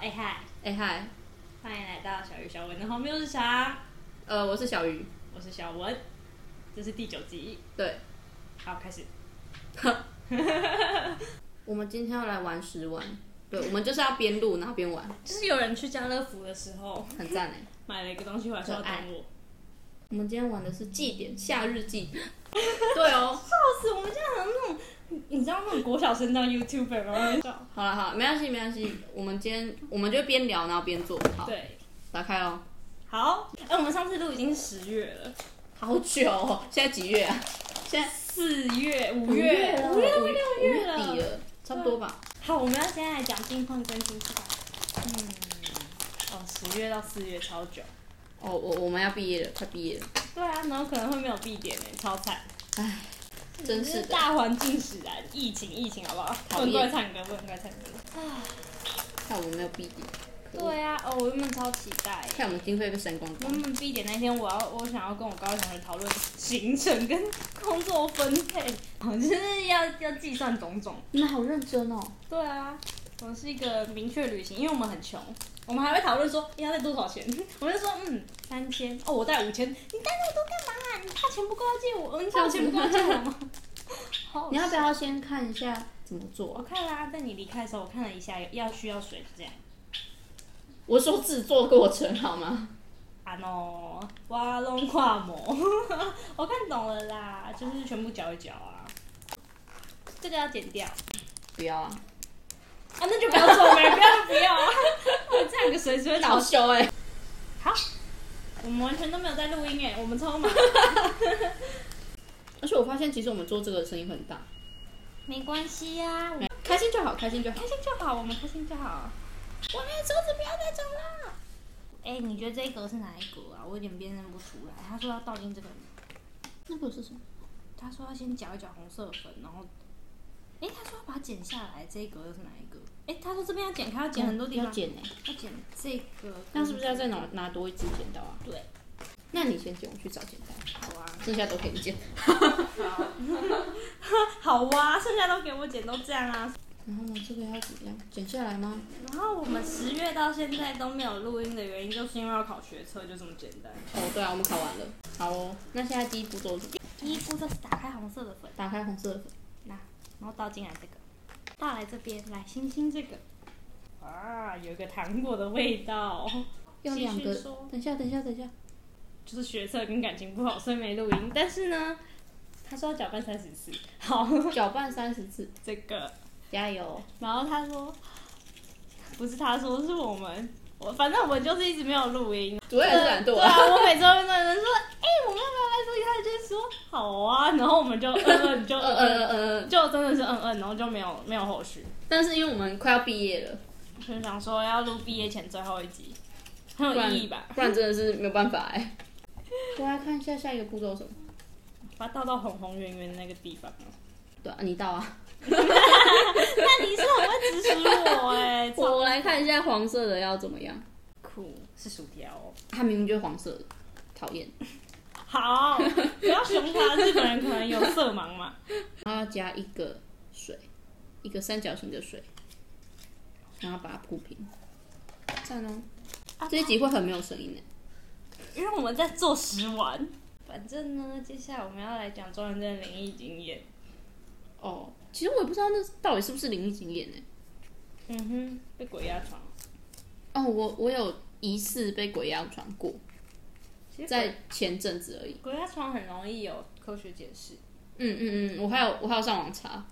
嗨，哎嗨，欢迎来到小鱼小文的荒谬日常，呃，我是小鱼， 我是小文，这是第九集，对，好开始。我们今天要来玩十玩，对，我们就是要边录然后边玩，就是有人去家乐福的时候很赞哎。买了一个东西回来说要可爱等我，我们今天玩的是祭典，夏日祭典， 对哦，笑死！我们家很那种，你知道那种国小生当 YouTuber 吗？好了好了，没关系没关系，我们今天我们就边聊然后边做，好，对，打开哦。好，哎、我们上次录已经十月了，好久、哦，现在几月啊？现在四月、五月、五五月月、五五月六五月月底了，差不多吧。好，我们要现在来讲近况跟新事吧。嗯，哦，十月到四月超久。哦，我我们要毕业了，快毕业了，对啊，然后可能会没有必点呢、超惨。真就是是的。大环境使然，疫情疫情好不好？不讨厌能怪唱歌，不能怪唱歌。看我们没有毕业，可恶对啊，哦，我原本超期待耶。看我们经费被删光我光。们必点那天，我要我想要跟我高中同学讨论行程跟工作分配，好就是要要计算种种。你们好认真哦。对啊，我是一个明确旅行，因为我们很穷，我们还会讨论说应该带多少钱。 我就说嗯，三千哦，我带五千，你带那么多干嘛、啊？你怕钱不够要借我？嗯你怕我钱不够要借我吗？ 好好你要不要先看一下怎么做我啊？看啦、在你离开的时候，我看了一下，要需要水是这样。我说制作过程好吗？啊喏，哇龙跨模， 我看懂了啦，就是全部搅一搅啊。这个要剪掉啊，不要啊，那就不要做呗，不要就不要啊。这样有个随时会好倒。羞哎、好，我们完全都没有在录音哎，我们超忙。而且我发现其实我们做这个声音很大， 没关系呀、啊，我们开心就好，开心就好开。心就好，我们开心就好。我们的桌子不要再长了。哎、你觉得这一格是哪一格啊？我有点辨认不出来。他说要倒进这个那个是什么？他说要先搅一搅红色粉，然后，诶，他说要把它剪下来，这一格又是哪一个？诶，他说这边要剪开，要剪很多地要方，剪哎、要剪这个，那是不是要再拿拿多一支剪刀啊？对，那你先剪，我去找剪刀，好啊，剩下都可以剪。好啊，剩下都给我剪，都这样啊。然后呢，这个要怎么样？剪下来吗？然后我们十月到现在都没有录音的原因，就是因为要考学测，就这么简单。哦，对啊，我们考完了。好哦，那现在第一步骤是什么第一步就是打开红色的粉，打开红色的粉，那然后倒进来这个，倒来这边，来星星这个，啊，有一个糖果的味道。要两个继续说。等一下，等一下，等一下。就是学测跟感情不好，所以没录音。但是呢，他说要搅拌三十次，好，搅拌三十次，这个，加油！然后他说，不是他说，是我们，我反正我们就是一直没有录音。主任也是懒惰对 啊。啊，我每次都会问人说，哎、我们要不要来录音？他就会说好啊，然后我们就嗯嗯就呃嗯呃嗯，呃呃，就真的是嗯嗯，然后就没有没有后续。但是因为我们快要毕业了，就想说要录毕业前最后一集，很不有然意义吧？不然真的是没有办法哎、 我来啊看一下下一个步骤是什么。把它倒到红红圆圆的那个地方。对啊，你到啊，那你是很会指使我哎、 我来看一下黄色的要怎么样。酷，是薯条、哦。它明明就是黄色的，讨厌。好，不要凶他，日本人可能有色盲嘛。然后要加一个水，一个三角形的水，然后把它铺平。赞哦！这一集会很没有声音欸的。因为我们在做食玩。反正呢，接下来我们要来讲中人真的灵异经验。哦，其实我也不知道那到底是不是灵异经验呢。欸嗯哼，被鬼压床。哦，我我有疑似被鬼压床过，其实在前阵子而已。鬼压床很容易有科学解释。嗯嗯嗯，我还有我还有上网查，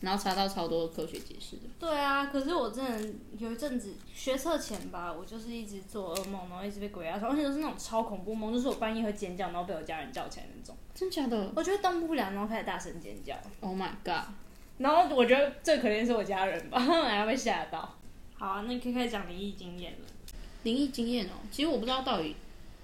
然后查到超多科学解释的。对啊，可是我真的有一阵子学测前吧，我就是一直做噩梦，然后一直被鬼压床，而且都是那种超恐怖梦，就是我半夜会尖叫，然后被我家人叫起来那种。真假的我觉得动不了，然后开始大声尖叫。 ？Oh my god！然后我觉得最可怜的是我家人吧，他 们还要被吓到。好啊，那你可以开始讲灵异经验了。灵异经验哦，其实我不知道到底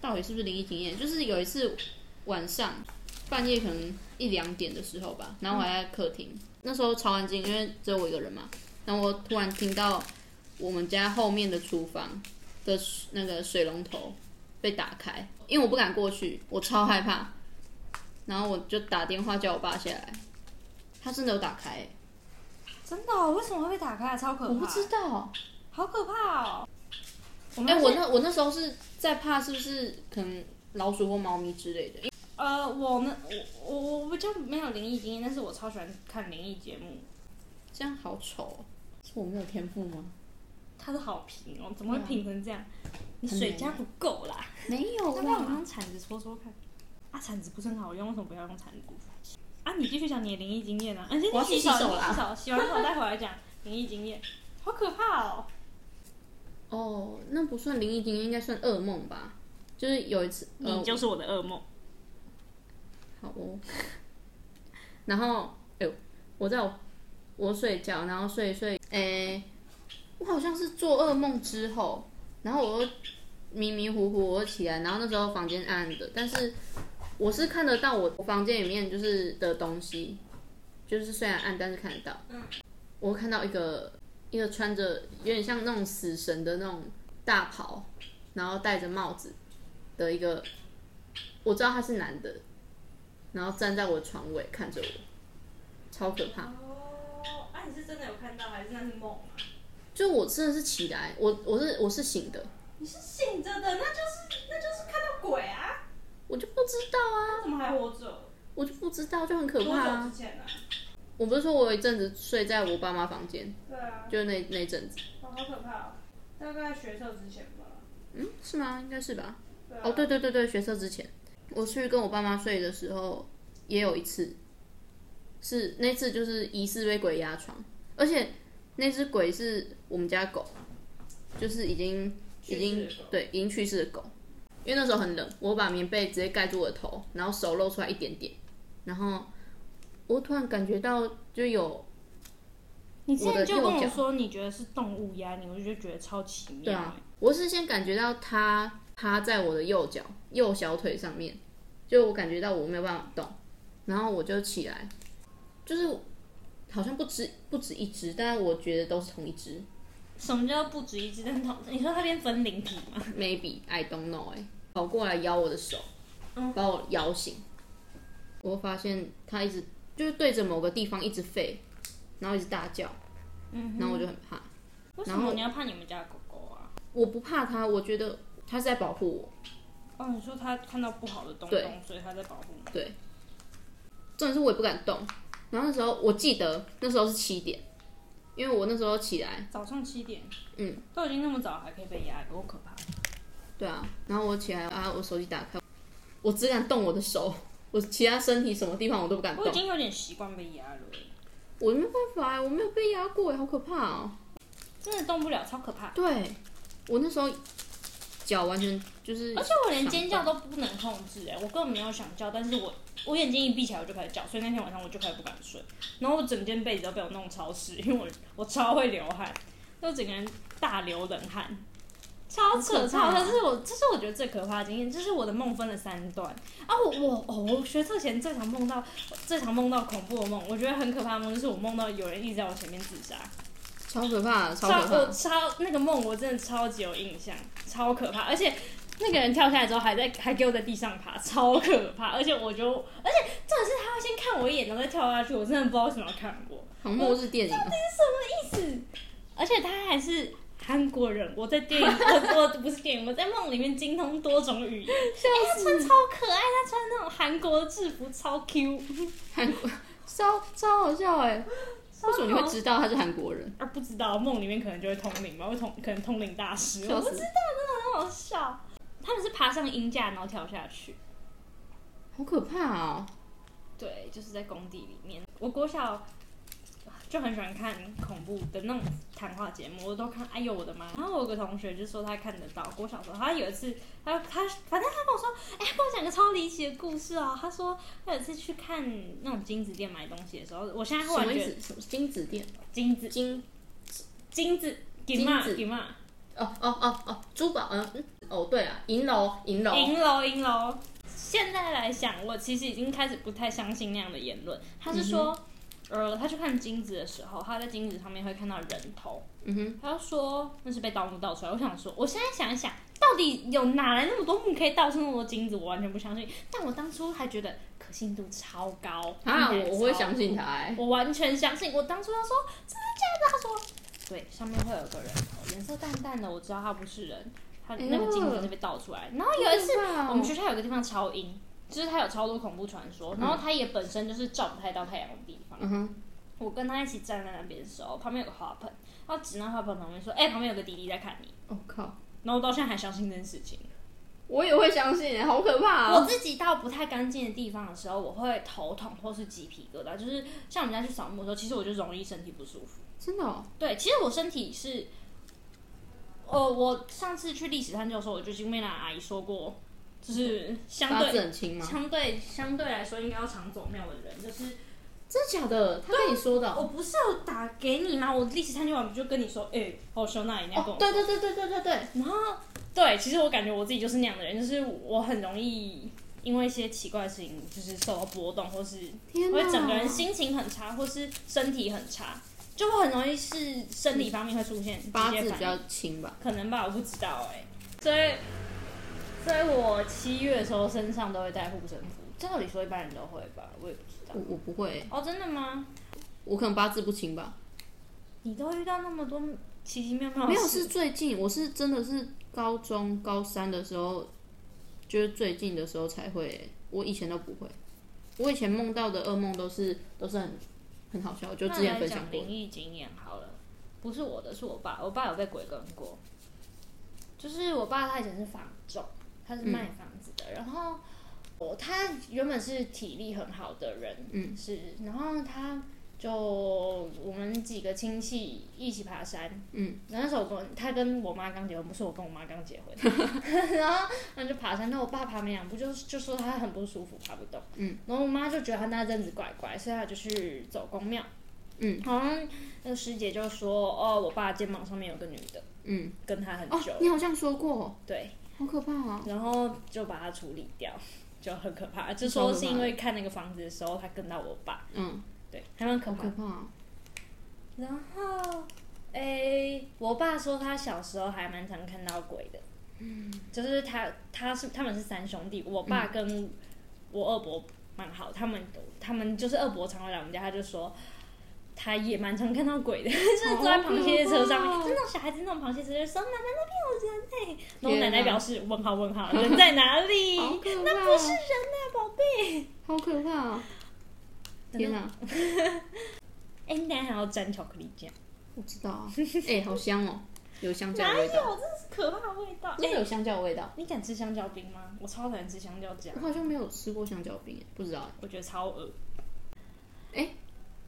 到底是不是灵异经验，就是有一次晚上半夜可能一两点的时候吧，然后我还在客厅，那时候超安静，因为只有我一个人嘛，然后我突然听到我们家后面的厨房的水那个水龙头被打开，因为我不敢过去，我超害怕，然后我就打电话叫我爸下来，他真的有打开欸、真的、哦？为什么会被打开？超可怕！我不知道，好可怕哦！我哎、们我是那我那时候是在怕是不是可能老鼠或猫咪之类的，因为呃，我呢，我我我比较没有灵异经验，但是我超喜欢看灵异节目，这样好丑、哦，是我没有天赋吗？它都好平哦，怎么会平成这样？你水加不够啦， 没有要不要我用铲子戳戳看？啊，铲子不是很好用，为什么不要用铲子？啊，你继续讲你的灵异经验啊！而且我你要去洗手，洗手你啦洗手，洗完手再回来讲灵异经验，好可怕哦！哦，那不算灵异经验，应该算噩梦吧？就是有一次，呃你，就是我的噩梦。好哦。 然后，哎、呦，我在我我睡觉，然后睡一睡，哎、我好像是做噩梦之后，然后我又迷迷糊糊我又起来，然后那时候房间暗暗的，但是我是看得到我我房间里面就是的东西，就是虽然暗，但是看得到。嗯，我看到一个一个穿着有点像那种死神的那种大袍，然后戴着帽子的一个，我知道他是男的，然后站在我床尾看着我，超可怕。哦，啊，你是真的有看到还是那是梦啊？就我真的是起来，我我是我是醒的，你是醒着的，那就是那就是看到鬼啊！我就不知道啊，他怎么还活着？我就不知道，就很可怕啊。之前啊？我不是说我有一阵子睡在我爸妈房间，对啊。就那那一阵子，哦，好可怕、哦！大概学测之前吧。嗯，是吗？应该是吧。对啊哦，对对对对，学车之前，我去跟我爸妈睡的时候，也有一次，是那次就是疑似被鬼压床，而且那只鬼是我们家狗，就是已经已经去世的狗对已经去世的狗，因为那时候很冷，我把棉被直接盖住我的头，然后手露出来一点点，然后我突然感觉到就有你之前就跟我的我右说你觉得是动物压你，我就觉得超奇妙。对啊，我是先感觉到它趴在我的右脚右小腿上面，就我感觉到我没有办法动，然后我就起来，就是好像不止不止一只，但我觉得都是同一只什么叫不止一只灯头？你说它变分灵体吗？ ，maybe I don't know 哎、跑过来咬我的手，把我咬醒，我发现它一直就是对着某个地方一直吠，然后一直大叫，嗯，然后我就很怕，为什么你要怕你们家的狗狗啊？我不怕它，我觉得它是在保护我。哦，你说它看到不好的东东，所以它在保护你。对，重点是我也不敢动。然后那时候我记得那时候是七点，因为我那时候起来，早上七点，嗯，都已经那么早还可以被压，多可怕！对啊，然后我起来啊，我手机打开，我只敢动我的手，我其他身体什么地方我都不敢动我已，经有点习惯被压了，我没有办法、我没有被压过、好可怕哦、真的动不了，超可怕。对，我那时候脚完全就是，而且我连尖叫都不能控制、哎，我根本没有想叫，但是我我眼睛一闭起来我就开始叫，所以那天晚上我就开始不敢睡，然后我整间被子都被我弄潮湿，因为我我超会流汗，就整个人大流冷汗，超扯好可怕超啊可怕！这是我这是我觉得最可怕的经验，这是我的梦分了三段啊！我我哦，我学测前最常梦到最常梦到恐怖的梦，我觉得很可怕的梦就是我梦到有人一直在我前面自杀，超可怕，超超可我怕，超那个梦，我真的超级有印象，超可怕，而且。那个人跳下来之后，还在还给我在地上爬，超可怕！而且我就，而且重点是他会先看我一眼，然后再跳下去，我真的不知道为什么要看我，好末日电影哦、什么意思？而且他还是韩国人，我在电影，我我不是电影，我在梦里面精通多种语言。哎、他穿超可爱，他穿那种韩国制服超 Q，韩国超超好笑哎、为什么你会知道他是韩国人？啊，不知道梦里面可能就会通灵吧，会通可能通灵大师，笑我不死知道，真的很好笑。他们是爬上鹰架然后跳下去，好可怕哦、对，就是在工地里面。我国小就很喜欢看恐怖的那种谈话节目，我都看。哎呦我的妈！然后我有个同学就说他看得到。国小的时候，他有一次，他他反正他跟我说，哎、他跟我讲个超离奇的故事哦。他说他有一次去看那种金子店买东西的时候，我现在忽什然么觉意得思？什么金子店？金子金金子金嘛金子金嘛哦哦哦哦，珠宝，嗯嗯，哦对了，银楼银楼，银楼银楼。现在来想，我其实已经开始不太相信那样的言论。他是说，呃，他去看金子的时候，他在金子上面会看到人头，嗯哼，他就说那是被盗墓盗出来。我想说，我现在想一想，到底有哪来那么多墓可以盗出那么多金子？我完全不相信。但我当初还觉得可信度超高啊，听起来我我会超相信他哎、我完全相信。我当初他说真的假的，他说对，上面会有个人头，颜色淡淡的，我知道他不是人。它哎呦那个镜子就被倒出来。然后有一次，好可怕哦我们学校有个地方超阴，就是它有超多恐怖传说，然后它也本身就是照不太到太阳的地方。嗯哼，我跟他一起站在那边的时候，旁边有个花盆，他指那花盆旁边说：“哎、旁边有个弟弟在看你。我、靠，”然后我到现在还相信这件事情。我也会相信，好可怕我哦！自己到不太干净的地方的时候，我会头痛或是鸡皮疙瘩，就是像我们家去扫墓的时候，其实我就容易身体不舒服。真的、哦，对，其实我身体是，呃，我上次去历史探究的时候，我就经被那阿姨说过，就是相八字对很轻吗？相对相对来说应该要常走庙的人，就是真的假的？他跟你说的我哦？不是有打给你吗？我历史探究完不就跟你说，哎、哦，修那一定要跟哦我，对对对对对对对，然后对，其实我感觉我自己就是那样的人，就是我很容易因为一些奇怪的事情，就是受到波动，或是天哪！会整个人心情很差，或是身体很差，就会很容易是生理方面会出现直接八反字应比较轻吧？可能吧，我不知道哎、所以，所以我七月的时候身上都会带护身符，照理说一般人都会吧，我也不知道我。我不会，哦，真的吗？我可能八字不轻吧。你都遇到那么多奇奇妙妙的 没有，事是最近，我是真的是高中高三的时候，就是最近的时候才会，我以前都不会。我以前梦到的噩梦都是都是很很好笑，就之前那分享来讲过灵。异经验好了，不是我的，是我爸。我爸有被鬼跟过，就是我爸他以前是房仲，他嗯是卖房子的，然后我他原本是体力很好的人，嗯，是，然后他。就我们几个亲戚一起爬山，嗯，然后那时候我跟他跟我妈刚结婚，不是我跟我妈刚结 婚，然后然后就爬山，那我爸爬没两步就就说他很不舒服，爬不动，嗯，然后我妈就觉得他那阵子怪怪，所以他就去走公庙。好像那个师姐就说，哦，我爸肩膀上面有个女的，嗯，跟他很哦久，，你好像说过，对，好可怕啊！然后就把他处理掉，就很可怕。就超说可怕是因为看那个房子的时候，他跟到我爸，嗯，对，还蛮可好怕可的。怕啊！然后，诶、我爸说他小时候还蛮常看到鬼的，嗯，就是他他是他们是三兄弟，我爸跟我二伯蛮好，他们他们就是二伯常会来我们家，他就说。他也蛮常看到鬼的， 就是坐在螃蟹车上好可面，就怕那种小孩子那种螃蟹车，就说奶奶那边有人哎、然后天我奶奶哪表示问号问 号，人在哪里？好可怕，那不是人呐、宝贝。好可怕啊！天啊哪，哎、你等一下还要沾巧克力酱，我知道啊，哎，好香哦，有香蕉哪的味道，有？这是可怕的味道。真的有香蕉的味道。你敢吃香蕉冰吗？我超讨厌吃香蕉酱我，好像没有吃过香蕉冰，哎不知道哎。我觉得超恶。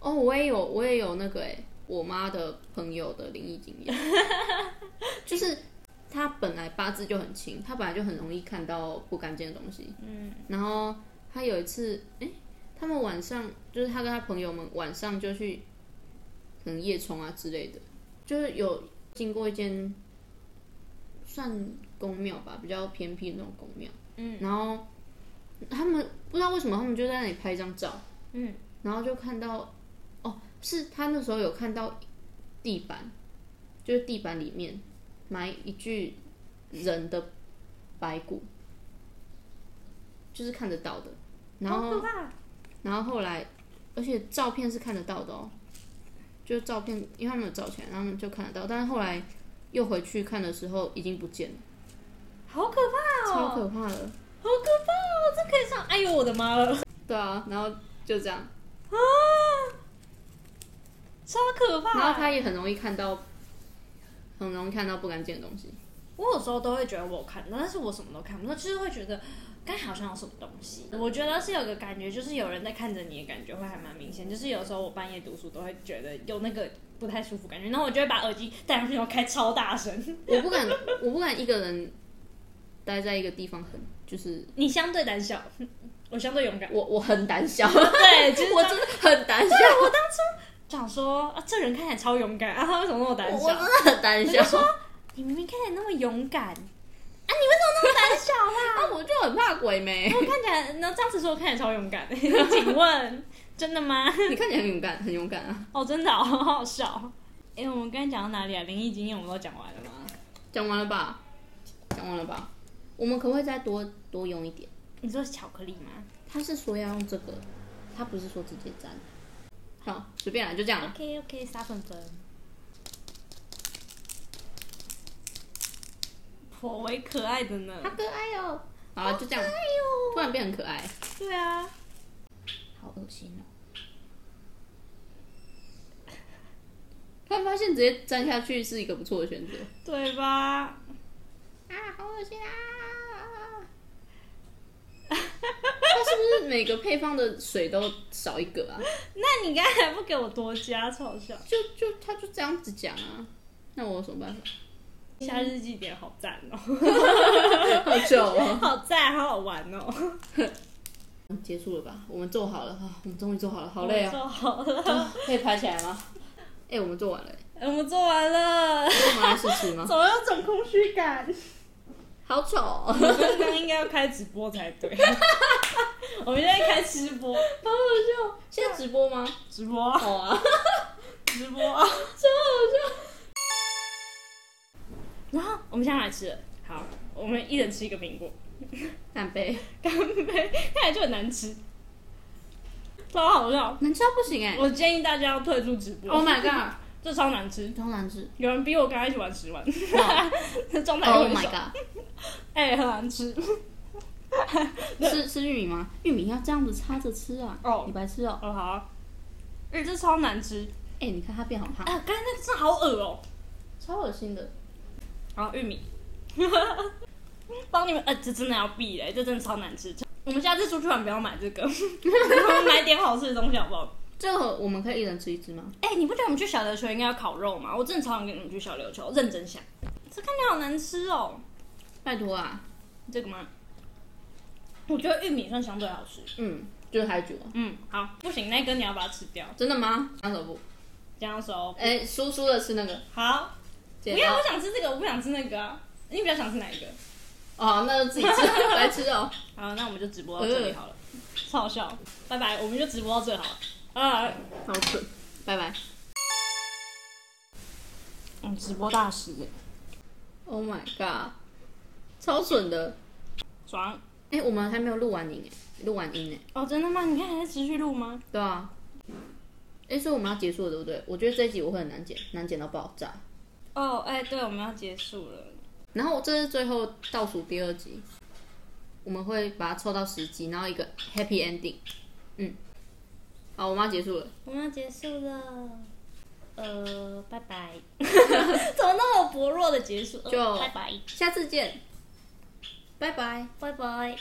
哦，我也有，我也有那个哎、我妈的朋友的灵异经验，就是她本来八字就很轻，她本来就很容易看到不干净的东西。嗯，然后她有一次，哎、他们晚上就是她跟她朋友们晚上就去，可能夜冲啊之类的，就是有经过一间算宫庙吧，比较偏僻的那种宫庙。嗯，然后他们不知道为什么，他们就在那里拍一张照。嗯，然后就看到，哦，是他那时候有看到地板，就是地板里面埋一具人的白骨，就是看得到的。然后，好可怕然后后来，而且照片是看得到的哦，就是照片，因为他们有照起来，然后他们就看得到。但是后来又回去看的时候，已经不见了，好可怕超哦，可怕的。好可怕哦，这可以上，哎呦我的妈了对啊，然后就这样。啊，超可然后怕。他也很容易看到，很容易看到不干净的东西。我有时候都会觉得我有看到，但是我什么都看不到，就是会觉得刚才好像有什么东西。我觉得是有个感觉，就是有人在看着你的感觉会还蛮明显。就是有时候我半夜读书都会觉得有那个不太舒服感觉，然后我就会把耳机戴上去，然后开超大 声。我不敢，我不敢一个人待在一个地方很，就是你相对胆小，我相对勇敢。我我很胆小，对，就是我真的很胆小，想说啊，这人看起来超勇敢啊，他为什么那么胆我真小？的很胆小。你明明看起来那么勇敢啊，你为什么那么胆小啊啦？那我就很怕鬼没，我 看起来，那这样子说，我看起来超勇敢。 请问，真的吗？ 你看起来很勇敢，很勇敢啊！哦，真的、哦，好好笑哦。哎、我们刚才讲到哪里啊？灵异经验我们都讲完了吗？讲完了吧？讲完了吧？我们可不可以再多多用一点？你说巧克力吗他是说要用这个，他不是说直接粘。好，随便啦，就这样啦。 ？OK OK，撒粉粉。颇为可爱的呢。好可爱哦、好啊，就这样，呦，突然变很可爱，对啊，好恶心 哦、突然发现直接粘下去是一个不错的选择对吧？啊，好恶 心啊！它是不是每个配方的水都少一个啊？那你刚才不给我多加，嘲笑。就就他就这样子讲啊，那我有什么办法？夏日祭典好赞哦、 好久哦，好赞，好好玩哦、结束了吧？我们做好了啊，我们终于做好了，好累我们啊！做好了，啊可以拍起来吗？哎、我们做完了、我们做完了，我们来试吃 吗？怎么有种空虚感？好丑、哦，我们刚刚应该要开直播才 对，我们现在开吃播，好好笑！ 现在直播吗？直播啊，好啊，直播啊。超好笑。然后我们现在来吃了，好，我们一人吃一个苹果， 干杯！干杯，看来就很难吃，超好笑。难吃到不行哎、我建议大家要退出直播 Oh my god！ 这超难吃。超难吃有人逼我跟他一起玩十万， 哇 状态！Oh 很 my 爽， god！哎、很难吃。吃吃玉米吗？玉米要这样子插着吃啊！哦你白吃哦！哦好、啊，哎、这超难吃，哎、你看它变好胖，啊，刚才那个真的好恶哦、超恶心的。然后玉米， 帮你们，呃，这真的要避嘞，这真的超难吃。我们下次出去玩不要买这个， 我们买点好吃的东西好不好？这个我们可以一人吃一只吗？哎、你不觉得我们去小琉球应该要烤肉吗？我真的超想跟你们去小琉球，认真想，这看起来好难吃哦、拜托啊！这个吗？我觉得玉米算相对好吃。嗯，就是海菊哦。嗯，好，不行，那根你要把它吃掉，真的吗？两手不？这样手。哎、叔叔的吃那个哦好，不剪要，刀我想吃这个，我不想吃那个、啊。你比较想吃哪一个？哦，那就自己吃，白吃哦。好，那我们就直播到这里好了，超好笑，拜拜，我们就直播到这好了。啊， 好蠢，拜拜。嗯，直播大师， Oh my god，超蠢的。爽哎、我们还没有录完音哎，录完音哎。哦！真的吗？你看还在持续录吗？对啊。哎、所以我们要结束了，对不对？我觉得这一集我会很难剪，难剪到爆炸。哦，哎，对，我们要结束了。然后这是最后倒数第二集，我们会把它凑到十集，然后一个 happy ending。嗯，好，我们要结束了。我们要结束了，呃，拜拜。 怎么那么薄弱的结束？呃就拜拜，下次见，拜拜。拜拜。